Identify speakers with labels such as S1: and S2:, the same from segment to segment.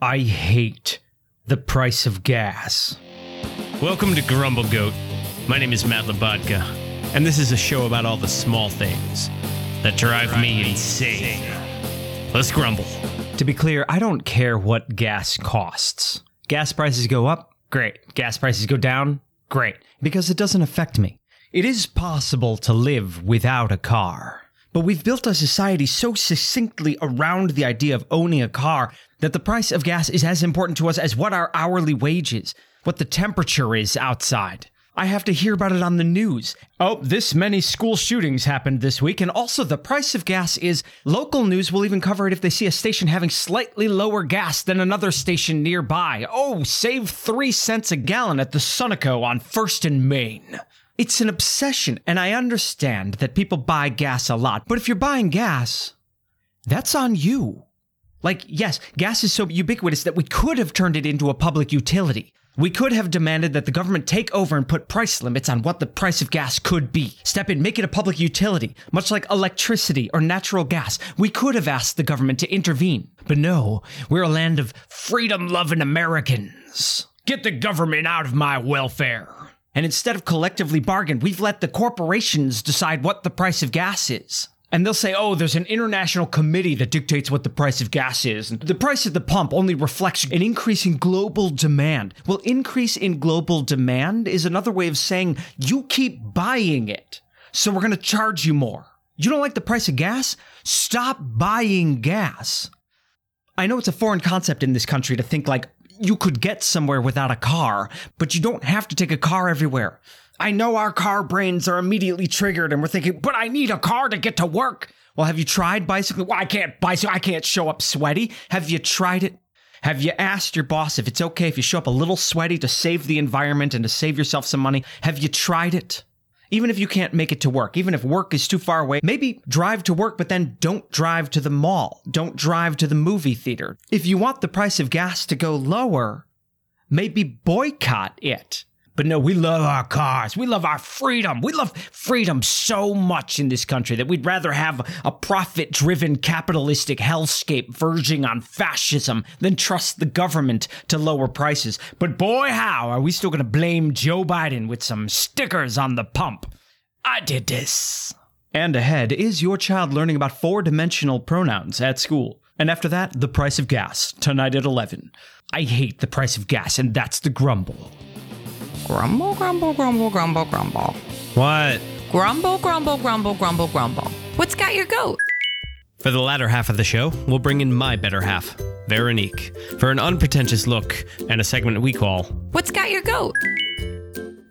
S1: I hate the price of gas.
S2: Welcome to Grumble Goat. My name is Matt Labodka, and this is a show about all the small things that drive me insane. Let's grumble.
S1: To be clear, I don't care what gas costs. Gas prices go up? Great. Gas prices go down? Great. Because it doesn't affect me. It is possible to live without a car. But we've built our society so succinctly around the idea of owning a car that the price of gas is as important to us as what our hourly wage is, what the temperature is outside. I have to hear about it on the news. Oh, this many school shootings happened this week, and also the price of gas is local news will even cover it if they see a station having slightly lower gas than another station nearby. Oh, save three cents a gallon at the Sunoco on First and Main. It's an obsession, and I understand that people buy gas a lot, but if you're buying gas, that's on you. Like, yes, gas is so ubiquitous that we could have turned it into a public utility. We could have demanded that the government take over and put price limits on what the price of gas could be. Step in, make it a public utility, much like electricity or natural gas. We could have asked the government to intervene. But no, we're a land of freedom loving Americans. Get the government out of my welfare. And instead of collectively bargain, we've let the corporations decide what the price of gas is. And they'll say, oh, there's an international committee that dictates what the price of gas is. And the price at the pump only reflects an increase in global demand. Well, increase in global demand is another way of saying you keep buying it. So we're going to charge you more. You don't like the price of gas? Stop buying gas. I know it's a foreign concept in this country to think like you could get somewhere without a car, but you don't have to take a car everywhere. I know our car brains are immediately triggered and we're thinking, but I need a car to get to work. Well, have you tried bicycling? Well, I can't bicycle. I can't show up sweaty. Have you tried it? Have you asked your boss if it's okay if you show up a little sweaty to save the environment and to save yourself some money? Have you tried it? Even if you can't make it to work, even if work is too far away, maybe drive to work, but then don't drive to the mall. Don't drive to the movie theater. If you want the price of gas to go lower, maybe boycott it. But no, we love our cars. We love our freedom. We love freedom so much in this country that we'd rather have a profit driven capitalistic hellscape verging on fascism than trust the government to lower prices. But boy, how are we still going to blame Joe Biden with some stickers on the pump? I did this. And ahead, is your child learning about four dimensional pronouns at school? And after that, the price of gas, tonight at 11. I hate the price of gas, and that's the grumble.
S3: Grumble, grumble, grumble, grumble, grumble.
S2: What?
S3: Grumble, grumble, grumble, grumble, grumble. What's got your goat?
S2: For the latter half of the show, we'll bring in my better half, Veronique, for an unpretentious look and a segment we call
S3: What's got your goat?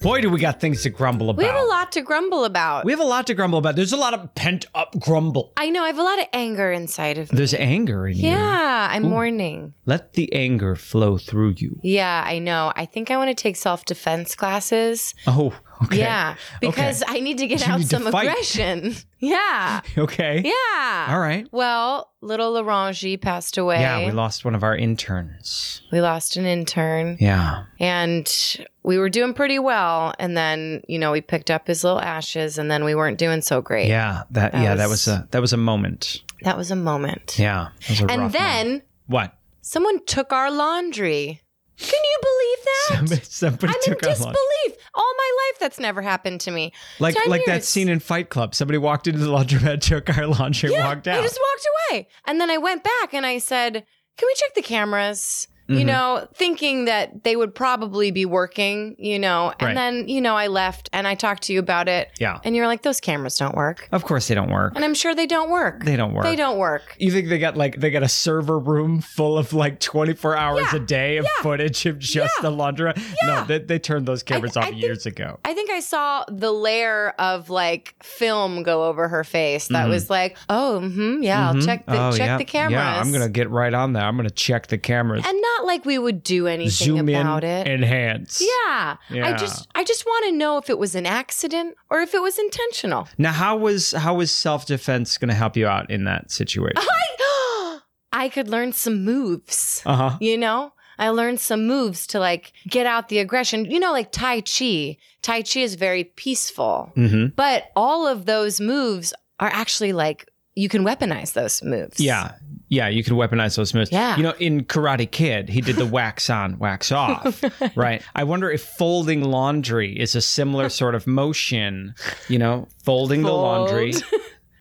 S1: Boy, do we got things to grumble about.
S4: We have a lot to grumble about.
S1: We have a lot to grumble about. There's a lot of pent up grumble.
S4: I know I have a lot of anger inside of me.
S1: There's anger in you.
S4: yeah, I'm mourning.
S1: Let the anger flow through you.
S4: Yeah, I know. I think I want to take self defense classes.
S1: Oh, okay.
S4: Yeah, because I need to get
S1: You
S4: out
S1: need to
S4: some
S1: fight.
S4: aggression. Yeah,
S1: Okay.
S4: yeah.
S1: All right.
S4: Well, little Larangie passed away.
S1: Yeah, we lost one of our interns.
S4: We lost an intern,
S1: Yeah.
S4: and we were doing pretty well. And then, you know, we picked up his little ashes, and then we weren't doing so great.
S1: Yeah. That, yeah, that was
S4: was-
S1: a that was a moment.
S4: That was a moment.
S1: Yeah. That was a rough
S4: and then
S1: moment. what?
S4: someone took our laundry. Can you believe that?
S1: Somebody, somebody
S4: I'm in
S1: took our
S4: disbelief.
S1: lunch.
S4: All my life, that's never happened to me.
S1: Like
S4: 10
S1: like that
S4: years.
S1: scene in Fight Club. Somebody walked into the laundromat, took our lunch, and
S4: Yeah,
S1: walked out.
S4: I just walked away, and then I went back and I said, "Can we check the cameras?"
S1: Mm-hmm.
S4: You know, thinking that they would probably be working. You know, and
S1: Right.
S4: then you know I left and I talked to you about it.
S1: Yeah.
S4: and you're like, "Those cameras don't work,"
S1: Of course they don't work.
S4: and I'm sure they don't work.
S1: They don't work.
S4: They don't work.
S1: You think they got like they got a server room full of like 24 hours a day of footage of just the laundromat? No, they, they turned those cameras
S4: I
S1: off
S4: think-
S1: years ago.
S4: I think I saw the layer of like film go over her face. That was like, oh, hmm yeah, I'll check the
S1: Mm-hmm. Oh,
S4: check
S1: yeah.
S4: the cameras.
S1: Yeah, I'm gonna get right on that. I'm gonna check the cameras,
S4: and not like we would do anything
S1: zoom in,
S4: about it.
S1: enhance.
S4: yeah.
S1: Yeah.
S4: I just I just want to know if it was an accident or if it was intentional.
S1: Now, how was how was self defense gonna help you out in that situation?
S4: I I could learn some moves.
S1: Uh huh.
S4: You know? I learned some moves to like get out the aggression. You know, like Tai Chi. Tai Chi is very peaceful.
S1: Mm-hmm.
S4: But all of those moves are actually like you can weaponize those moves.
S1: Yeah. Yeah, you could weaponize those moves.
S4: Yeah.
S1: You know, in Karate Kid, he did the wax on, wax off, right? I wonder if folding laundry is a similar sort of motion, you know, folding the laundry,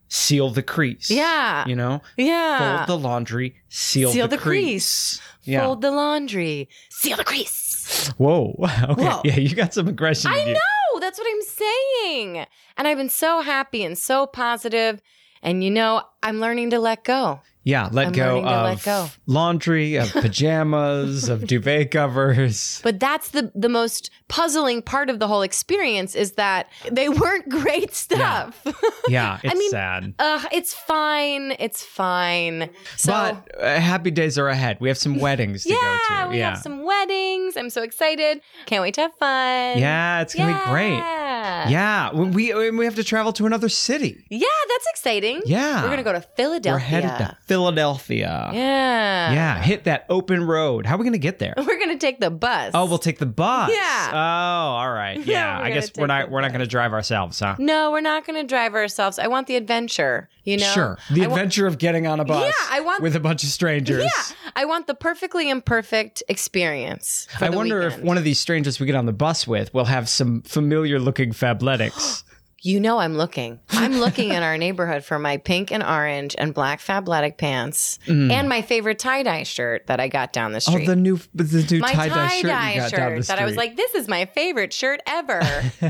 S1: seal the crease.
S4: Yeah.
S1: You know,
S4: Yeah.
S1: fold the laundry, seal,
S4: Seal
S1: the,
S4: the
S1: crease. Yeah.
S4: Fold the laundry. Seal the crease.
S1: Whoa. Okay.
S4: Whoa.
S1: Yeah, you got some aggression.
S4: I
S1: in you.
S4: know. Oh, That's what I'm saying. And I've been so happy and so positive. And you know, I'm learning to let go.
S1: Yeah, let
S4: I'm
S1: go
S4: learning to let
S1: of
S4: go.
S1: laundry, of pajamas, of duvet covers.
S4: But that's the the most puzzling part of the whole experience is that they weren't great stuff.
S1: Yeah, it's
S4: mean,
S1: sad.
S4: Ugh, it's fine. It's fine. So
S1: but uh, happy days are ahead. We have some weddings to
S4: yeah,
S1: go to.
S4: we have some weddings. I'm so excited. Can't wait to have fun.
S1: yeah, it's gonna be great.
S4: Yeah.
S1: Yeah, we we, when we have to travel to another city.
S4: Yeah, that's exciting.
S1: Yeah,
S4: We're gonna go to Philadelphia.
S1: We're headed to Philadelphia.
S4: Yeah.
S1: Yeah, hit that open road. How are we gonna get there?
S4: We're gonna take the bus.
S1: Oh, we'll take the bus.
S4: Yeah.
S1: Oh, all right. Yeah,
S4: we're
S1: I
S4: gonna
S1: guess we're
S4: take
S1: not
S4: the
S1: we're not
S4: bus.
S1: gonna drive ourselves, huh?
S4: No, we're not gonna drive ourselves. I want the adventure. You know.
S1: Sure. The
S4: I wa-
S1: adventure of getting on a bus
S4: Yeah, I want-
S1: with a bunch of strangers.
S4: yeah, I want the perfectly imperfect experience. for
S1: I
S4: the
S1: wonder if
S4: weekend.
S1: one of these strangers we get on the bus with will have some familiar looking Fabletics.
S4: You know I'm looking. I'm looking in our neighborhood for my pink and orange and black fabletic pants and my favorite tie-dye shirt that I got down the
S1: Mm. oh,
S4: street.
S1: the new the new
S4: my
S1: tie dye shirt you
S4: tie-dye
S1: got down the
S4: shirt that I was
S1: street.
S4: like, this is my favorite shirt ever.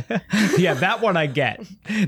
S1: yeah, that one I get.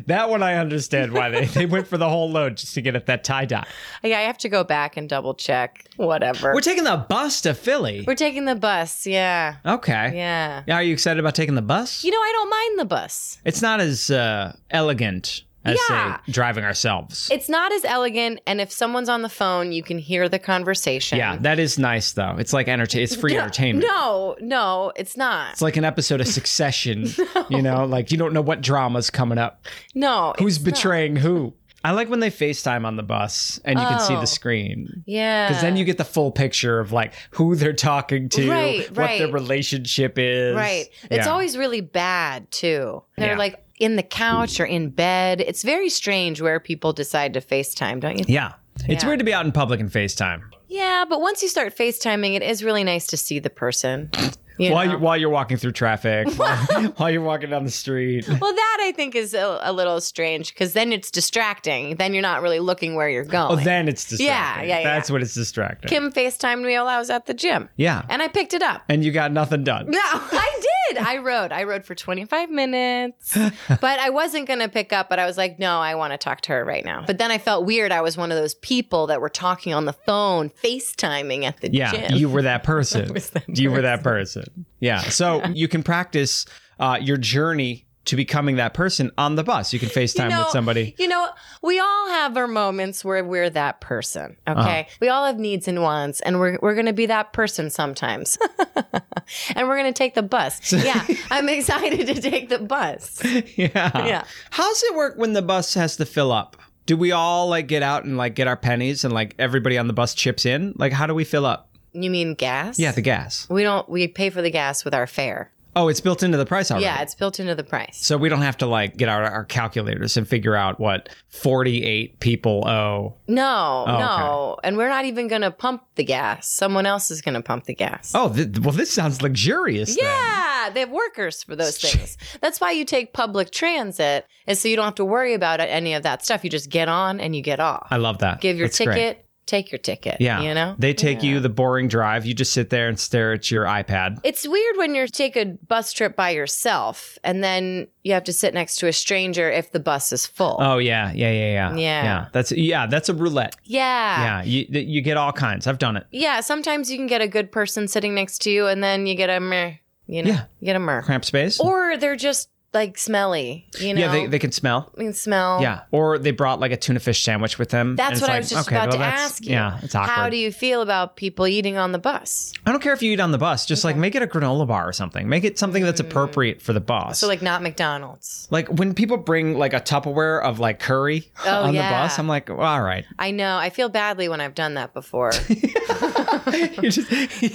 S1: That one I understand why they, they went for the whole load just to get at that tie dye.
S4: yeah, I have to go back and double check. Whatever.
S1: We're taking the bus to Philly.
S4: We're taking the bus. Yeah.
S1: okay.
S4: Yeah.
S1: Now, are you excited about taking the bus?
S4: You know, I don't mind the bus.
S1: It's not as uh, elegant as
S4: Yeah.
S1: say driving ourselves.
S4: It's not as elegant, and if someone's on the phone, you can hear the conversation.
S1: yeah, that is nice though. It's like entertain. It's free entertainment.
S4: No, no, it's not.
S1: It's like an episode of Succession. You know, like you don't know what drama's coming up.
S4: no.
S1: Who's
S4: it's not.
S1: betraying who? I like when they FaceTime on the bus and you can see
S4: Oh.
S1: the screen.
S4: Yeah.
S1: Because then you get the full picture of like who they're talking to,
S4: Uh, Right,
S1: what
S4: right.
S1: their relationship is.
S4: Right. It's
S1: Yeah.
S4: always really bad, too. They're
S1: Yeah.
S4: like in the couch or in bed. It's very strange where people decide to FaceTime, don't you? think?
S1: Yeah. It's
S4: Yeah.
S1: weird to be out in public and FaceTime
S4: Yeah, but once you start FaceTiming, it is really nice to see the person. You
S1: while
S4: know?
S1: you, while you're walking through traffic, while you're walking down the street.
S4: well, that I think is a, a little strange because then it's distracting. Then you're not really looking where you're
S1: Oh,
S4: going.
S1: then it's distracting.
S4: yeah, yeah.
S1: That's what it's distracting.
S4: Kim FaceTimed me while I was at the gym.
S1: yeah.
S4: And I picked it up.
S1: And you got nothing done.
S4: No, I did. I rode. I rode for 25 minutes. But I wasn't going to pick up, but I was like, no, I want to talk to her right now. But then I felt weird. I was one of those people that were talking on the phone, FaceTiming at the
S1: Yeah,
S4: gym.
S1: you were that person.
S4: was that
S1: you were that person. Yeah. So you can practice uh, your journey to becoming that person on the bus. You can FaceTime
S4: know,
S1: with somebody.
S4: You know, we all have our moments where we're that person.
S1: Uh-huh.
S4: Okay. We all have needs and wants, and we're, we're going to be that person sometimes. and we're going to take the bus. Yeah. I'm excited to take the bus.
S1: yeah.
S4: Yeah.
S1: How's it work when the bus has to fill up? Do we all like get out and like get our pennies and like everybody on the bus chips in? Like how do we fill up?
S4: You mean gas?
S1: Yeah, the gas.
S4: we don't, we pay for the gas with our fare.
S1: Oh, it's built into the price already.
S4: Yeah, it's built into the price.
S1: So we don't have to like get out our calculators and figure out what 48 people owe.
S4: No,
S1: Oh,
S4: no. And we're not even going to pump the gas. Someone else is going to pump the gas.
S1: Oh, th- well this sounds luxurious. then.
S4: Yeah, they have workers for those things. That's why you take public transit, is so you don't have to worry about any of that stuff. You just get on and you get off.
S1: I love that.
S4: Give your
S1: That's
S4: ticket,
S1: great.
S4: take your ticket.
S1: Yeah.
S4: You know?
S1: They take you the boring drive. You just sit there and stare at your iPad.
S4: it's weird when you take a bus trip by yourself and then you have to sit next to a stranger if the bus is full.
S1: Oh yeah, yeah, yeah, yeah.
S4: Yeah.
S1: That's yeah, that's a roulette.
S4: yeah.
S1: Yeah, you th- you get all kinds. I've done it.
S4: Yeah, sometimes you can get a good person sitting next to you, and then you get a meh, you know,
S1: Yeah.
S4: you get a meh.
S1: Cramp space.
S4: Or they're just like smelly, you know.
S1: yeah, they, they can smell.
S4: I mean, smell.
S1: Yeah, or they brought like a tuna fish sandwich with them. and
S4: That's
S1: it's
S4: what I
S1: like,
S4: was just
S1: okay,
S4: about
S1: well,
S4: to
S1: that's-
S4: ask you.
S1: Yeah, it's awkward.
S4: How do you feel about people eating on the bus?
S1: I don't care if you eat on the bus. Just like make it a granola bar or something. Make it something that's appropriate for the bus.
S4: Mm. So like not McDonald's.
S1: Like when people bring like a Tupperware of like curry
S4: Oh,
S1: on
S4: yeah.
S1: the bus, I'm like, well, all right.
S4: I know. I feel badly when I've done that before.
S1: You just-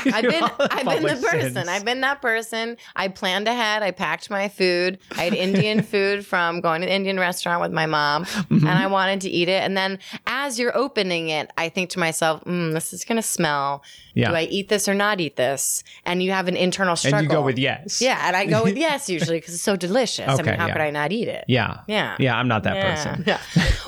S4: I've been I've been the
S1: Public
S4: person.
S1: sins.
S4: I've been that person. I planned ahead. I packed my food. I had Indian food from going to an Indian restaurant with my mom,
S1: Mm-hmm.
S4: and I wanted to eat it. And then as you're opening it, I think to myself, mm, "This is gonna smell.
S1: Yeah.
S4: Do I eat this or not eat this?" And you have an internal struggle.
S1: and you go with yes.
S4: yeah, and I go with yes usually because it's so delicious. I
S1: Okay,
S4: mean, how
S1: yeah.
S4: could I not eat it?
S1: Yeah.
S4: Yeah.
S1: Yeah, I'm not that
S4: Yeah.
S1: person.
S4: Yeah.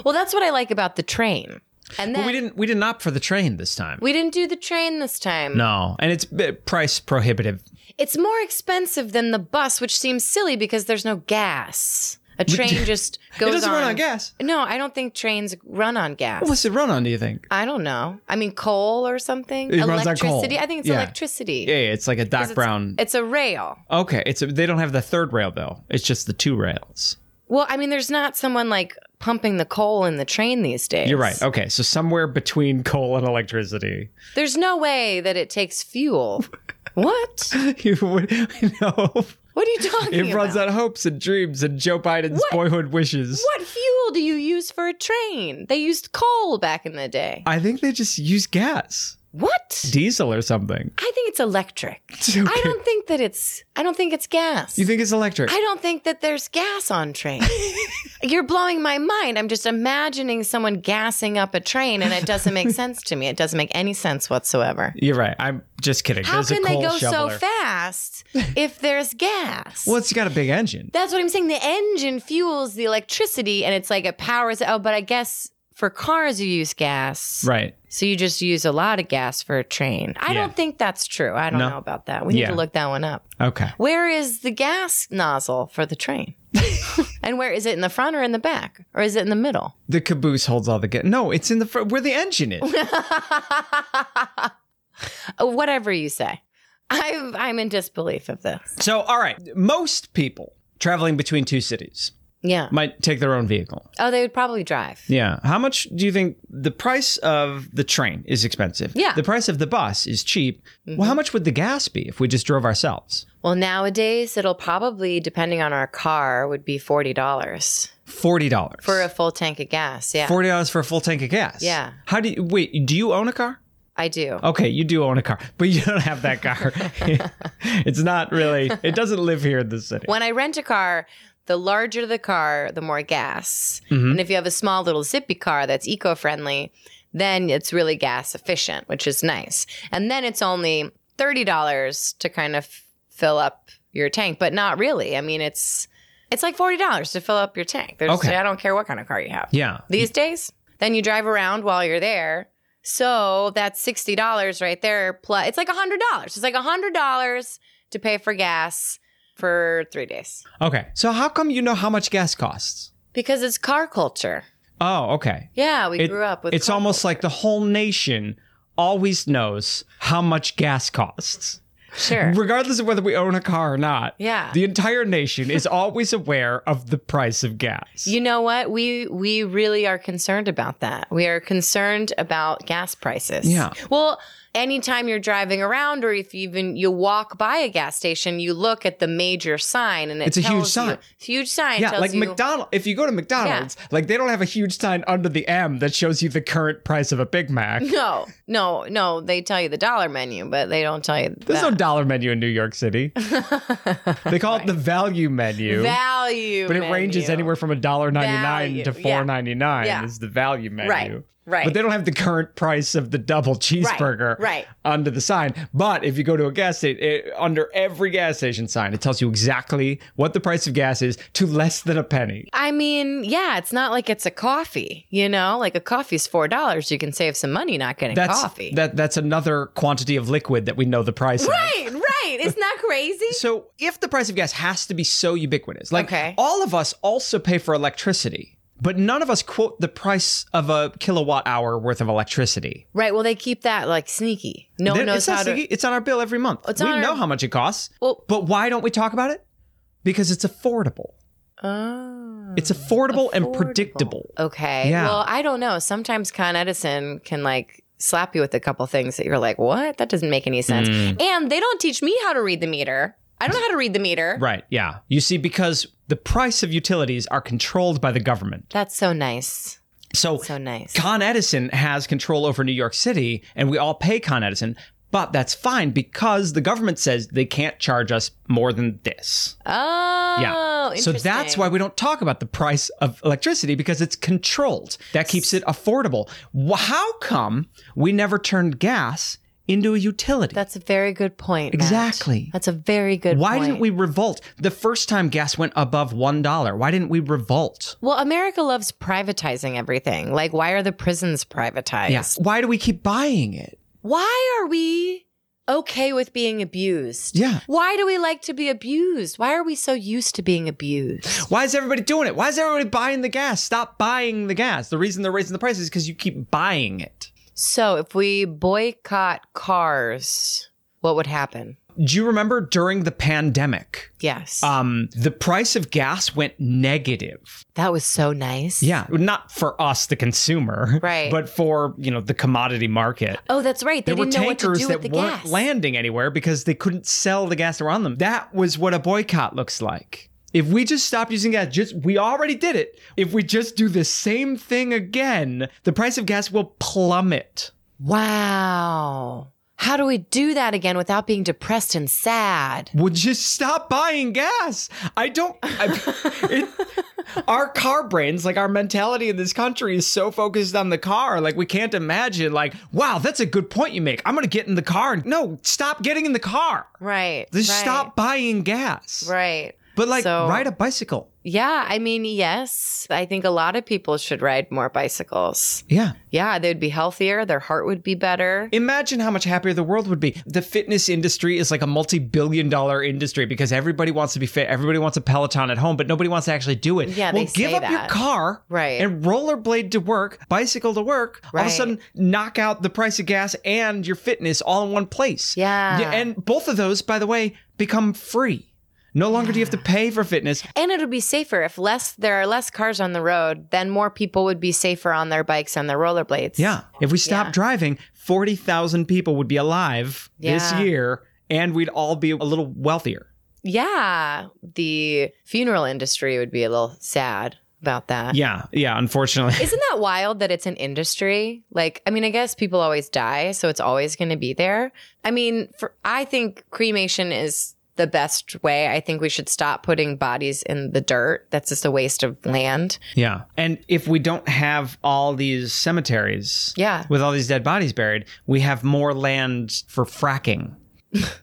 S4: Well, that's what I like about the train. And then
S1: But we didn't we didn't opt for the train this time.
S4: we didn't do the train this time.
S1: no. And it's b- price prohibitive.
S4: It's more expensive than the bus, which seems silly because there's no gas. A train just goes
S1: doesn't run on gas.
S4: No, I don't think trains run on gas.
S1: What's it run on, do you think?
S4: I don't know. I mean, coal or something.
S1: It runs on
S4: electricity.
S1: coal.
S4: I think it's
S1: Yeah.
S4: electricity.
S1: Yeah, yeah, it's like a Doc
S4: It's-
S1: Brown.
S4: It's a rail.
S1: okay, it's a, they don't have the third rail though. It's just the two rails.
S4: Well, I mean, there's not someone like pumping the coal in the train these days.
S1: You're right. Oh. Okay, so somewhere between coal and electricity.
S4: There's no way that it takes fuel. what?
S1: you would no.
S4: What are you talking
S1: It runs
S4: about?
S1: on hopes and dreams and Joe Biden's
S4: What?
S1: boyhood wishes.
S4: What fuel do you use for a train? They used coal back in the day.
S1: I think they just use gas,
S4: What?
S1: diesel or something.
S4: I think it's electric.
S1: okay.
S4: I don't think that it's. I don't think it's gas.
S1: You think it's electric?
S4: I don't think that there's gas on trains. You're blowing my mind. I'm just imagining someone gassing up a train, and it doesn't make sense to me. It doesn't make any sense whatsoever.
S1: You're right. I'm just kidding.
S4: How
S1: There's
S4: can
S1: a
S4: they
S1: coal
S4: go
S1: shoveler.
S4: so fast if there's gas?
S1: Well, it's got a big engine.
S4: That's what I'm saying. The engine fuels the electricity, and it's like it powers. Oh, but I guess for cars you use gas,
S1: Right.
S4: so you just use a lot of gas for a train. I
S1: Yeah.
S4: don't think that's true. I don't
S1: No.
S4: know about that. We need
S1: Yeah.
S4: to look that one up.
S1: Okay.
S4: Where is the gas nozzle for the train? and where is it in the front or in the back? Or is it in the middle?
S1: The caboose holds all the gas. No, it's in the front where the engine is.
S4: Uh, Whatever you say. I've, I'm in disbelief of this.
S1: so, all right. Most people traveling between two cities
S4: Yeah.
S1: might take their own vehicle.
S4: Oh, they would probably drive.
S1: Yeah. How much do you think the price of the train is expensive?
S4: Yeah. Mm-hmm.
S1: The price of the bus is cheap. Well, how much would the gas be if we just drove ourselves?
S4: Well, nowadays, it'll probably, depending on our car, would be $40
S1: Forty dollars
S4: for a full tank of gas. Yeah,
S1: forty dollars for a full tank of gas.
S4: Yeah.
S1: How do you wait? Do you own a car?
S4: I do.
S1: Okay, you do own a car, but you don't have that car. it's not really. It doesn't live here in the city.
S4: When I rent a car, the larger the car, the more gas.
S1: Mm-hmm.
S4: And if you have a small little zippy car that's eco friendly, then it's really gas efficient, which is nice. And then it's only $30 to kind of fill up your tank, but not really. I mean, it's it's like $40 to fill up your tank. There's,
S1: Okay.
S4: I don't care what kind of car you have.
S1: Yeah.
S4: These days, then you drive around while you're there. So that's $60 right there. Plus, it's like $100. It's like $100 to pay for gas for three days.
S1: Okay. So how come you know how much gas costs?
S4: Because it's car culture.
S1: Oh, okay.
S4: Yeah, we
S1: It-
S4: grew up with.
S1: It's
S4: car
S1: almost
S4: culture.
S1: like the whole nation always knows how much gas costs.
S4: sure.
S1: Regardless of whether we own a car or not.
S4: Yeah.
S1: The entire nation is always aware of the price of gas.
S4: You know what? We we really are concerned about that. We are concerned about gas prices.
S1: Yeah.
S4: Well, anytime you're driving around or if you even you walk by a gas station, you look at the major sign and it
S1: It's a huge
S4: tells you-
S1: sign.
S4: huge sign.
S1: yeah,
S4: tells
S1: like
S4: you-
S1: McDonald. If you go to McDonald's, like they don't have a huge sign under the M that shows you the current price of a Big Mac.
S4: No, no, no. They tell you the dollar menu, but they don't tell you
S1: There's no
S4: that.
S1: dollar menu in New York City. they call it the value menu,
S4: value.
S1: but it ranges
S4: menu.
S1: anywhere from a dollar ninety nine
S4: Value,
S1: to
S4: yeah.
S1: four ninety nine
S4: Yeah.
S1: is the value menu.
S4: Right, right.
S1: But they don't have the current price of the double cheeseburger
S4: right.
S1: under the sign. But if you go to a gas station, it, under every gas station sign, it tells you exactly what the price of gas is to less than a penny.
S4: I mean, yeah, it's not like it's a coffee, you know? Like a coffee's four dollars. You can save some money not getting
S1: That's
S4: coffee.
S1: that. That's another quantity of liquid that we know the price of.
S4: right, right. Isn't that crazy?
S1: So if the price of gas has to be so ubiquitous, like
S4: Okay.
S1: all of us also pay for electricity, but none of us quote the price of a kilowatt hour worth of electricity.
S4: right. Well, they keep that like sneaky. No
S1: Then
S4: one knows
S1: it's, not
S4: how
S1: sneaky.
S4: to.
S1: it's on our bill every month.
S4: It's
S1: we
S4: on our-
S1: know how much it costs.
S4: Well-
S1: but why don't we talk about it? Because it's affordable.
S4: Oh.
S1: It's affordable, and predictable.
S4: Okay.
S1: Yeah.
S4: Well, I don't know. Sometimes Con Edison can like slap you with a couple things that you're like, what? That doesn't make any sense.
S1: Mm.
S4: And they don't teach me how to read the meter. I don't know how to read the meter.
S1: Right. Yeah. You see, because the price of utilities are controlled by the government.
S4: That's so nice.
S1: So,
S4: So nice.
S1: Con Edison has control over New York City, and we all pay Con Edison, but that's fine because the government says they can't charge us more than this.
S4: Oh,
S1: Yeah. so that's
S4: interesting.
S1: why we don't talk about the price of electricity because it's controlled. That keeps it affordable. Wh- How come we never turned gas into a utility?
S4: That's a very good point. Matt.
S1: Exactly.
S4: That's a very good
S1: why
S4: point.
S1: didn't we revolt the first time gas went above $1? Why didn't we revolt?
S4: Well, America loves privatizing everything. Like, why are the prisons privatized?
S1: Yeah. Why do we keep buying it?
S4: Why are we okay with being abused?
S1: Yeah.
S4: Why do we like to be abused? Why are we so used to being abused?
S1: Why is everybody doing it? Why is everybody buying the gas? Stop buying the gas. The reason they're raising the price is because you keep buying it.
S4: So, if we boycott cars, what would happen?
S1: Do you remember during the pandemic,
S4: Yes.
S1: um, the price of gas went negative?
S4: that was so nice.
S1: Yeah, not for us, the consumer,
S4: Right.
S1: But for you know the commodity market.
S4: Oh, that's right. They
S1: There were
S4: didn't know what to
S1: tankers
S4: do
S1: that
S4: with the
S1: weren't
S4: gas.
S1: landing anywhere because they couldn't sell the gas that were on them. That was what a boycott looks like. If we just stop using gas, just we already did it. If we just do the same thing again, the price of gas will plummet.
S4: wow. How do we do that again without being depressed and sad?
S1: We'll just stop buying gas. I don't. I, it, our car brains, like our mentality in this country, is so focused on the car. Like we can't imagine. Like, wow, that's a good point you make. I'm gonna get in the car. No, stop getting in the car.
S4: Right.
S1: Just
S4: right,
S1: stop buying gas.
S4: Right.
S1: But like,
S4: So-
S1: ride a bicycle.
S4: Yeah, I mean, yes, I think a lot of people should ride more bicycles.
S1: Yeah.
S4: Yeah, they'd be healthier, their heart would be better.
S1: Imagine how much happier the world would be. The fitness industry is like a multi billion dollar industry because everybody wants to be fit. Everybody wants a Peloton at home, but nobody wants to actually do it.
S4: Yeah,
S1: well,
S4: they say
S1: give up your
S4: that.
S1: car
S4: Right.
S1: and rollerblade to work, bicycle to work. All of a
S4: Right.
S1: sudden, knock out the price of gas and your fitness all in one place.
S4: Yeah.
S1: And both of those, by the way, become free. No longer do you have to pay for fitness.
S4: And it'll be safer if less there are less cars on the road, then more people would be safer on their bikes and their rollerblades.
S1: Yeah. If we stopped
S4: Yeah.
S1: driving, 40,000 people would be alive this
S4: Yeah.
S1: year and we'd all be a little wealthier.
S4: Yeah, the funeral industry would be a little sad about that.
S1: Yeah. Yeah. Unfortunately.
S4: Isn't that wild that it's an industry? Like, I mean, I guess people always die, so it's always going to be there. I mean, for, I think cremation is the best way. I think we should stop putting bodies in the dirt. That's just a waste of land.
S1: Yeah. And if we don't have all these cemeteries
S4: Yeah.
S1: with all these dead bodies buried, we have more land for fracking.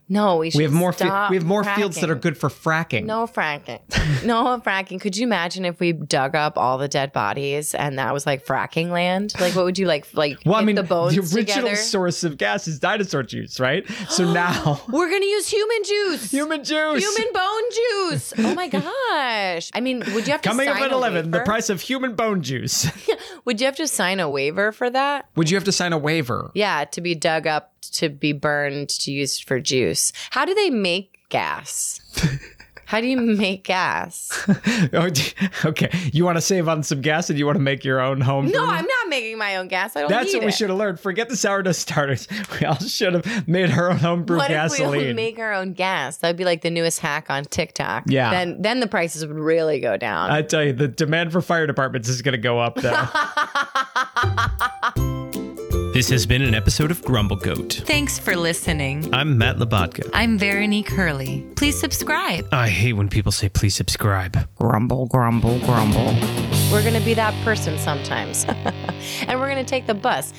S4: No, we should.
S1: We have more fi-
S4: Stop
S1: we have more fields that are
S4: fracking.
S1: good for fracking.
S4: No fracking. No fracking. Could you imagine if we dug up all the dead bodies and that was like fracking land? Like, what would you like? Like,
S1: Well, I
S4: hit
S1: mean,
S4: the bones
S1: original
S4: together?
S1: source of gas is dinosaur juice, right? So now
S4: We're gonna use human juice.
S1: human juice.
S4: Human bone juice. Oh my gosh. I mean, would you have to
S1: Coming up
S4: sign
S1: at
S4: a
S1: 11, the
S4: waiver?
S1: price of human bone juice.
S4: Would you have to sign a waiver for that?
S1: Would you have to sign a waiver?
S4: Yeah, to be dug up, to be burned, to use for juice. How do they make gas? How do you make gas?
S1: Oh, okay. You want to save on some gas and you want to make your own home?
S4: No,
S1: brew?
S4: I'm not making my own gas. I don't
S1: That's
S4: need
S1: what we
S4: it.
S1: should have learned. Forget the sourdough starters. We all should have made our own homebrew
S4: What if we
S1: gasoline.
S4: only make our own gas? That would be like the newest hack on TikTok.
S1: Yeah.
S4: Then then the prices would really go down.
S1: I tell you, the demand for fire departments is going to go up, though.
S2: This has been an episode of Grumble Goat.
S3: Thanks for listening.
S2: I'm Matt Labatka.
S3: I'm Veronique Hurley. Please subscribe.
S2: I hate when people say please subscribe.
S3: Grumble, grumble, grumble.
S4: We're going to be that person sometimes. and we're going to take the bus.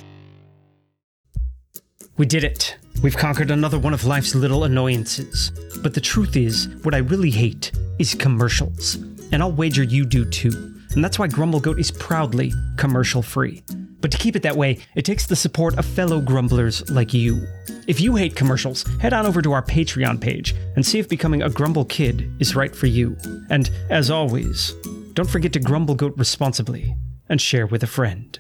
S5: We did it. We've conquered another one of life's little annoyances. But the truth is, what I really hate is commercials. And I'll wager you do too. And that's why Grumble Goat is proudly commercial free. But to keep it that way, it takes the support of fellow grumblers like you. If you hate commercials, head on over to our Patreon page and see if becoming a Grumble Kid is right for you. And as always, don't forget to Grumble Goat responsibly and share with a friend.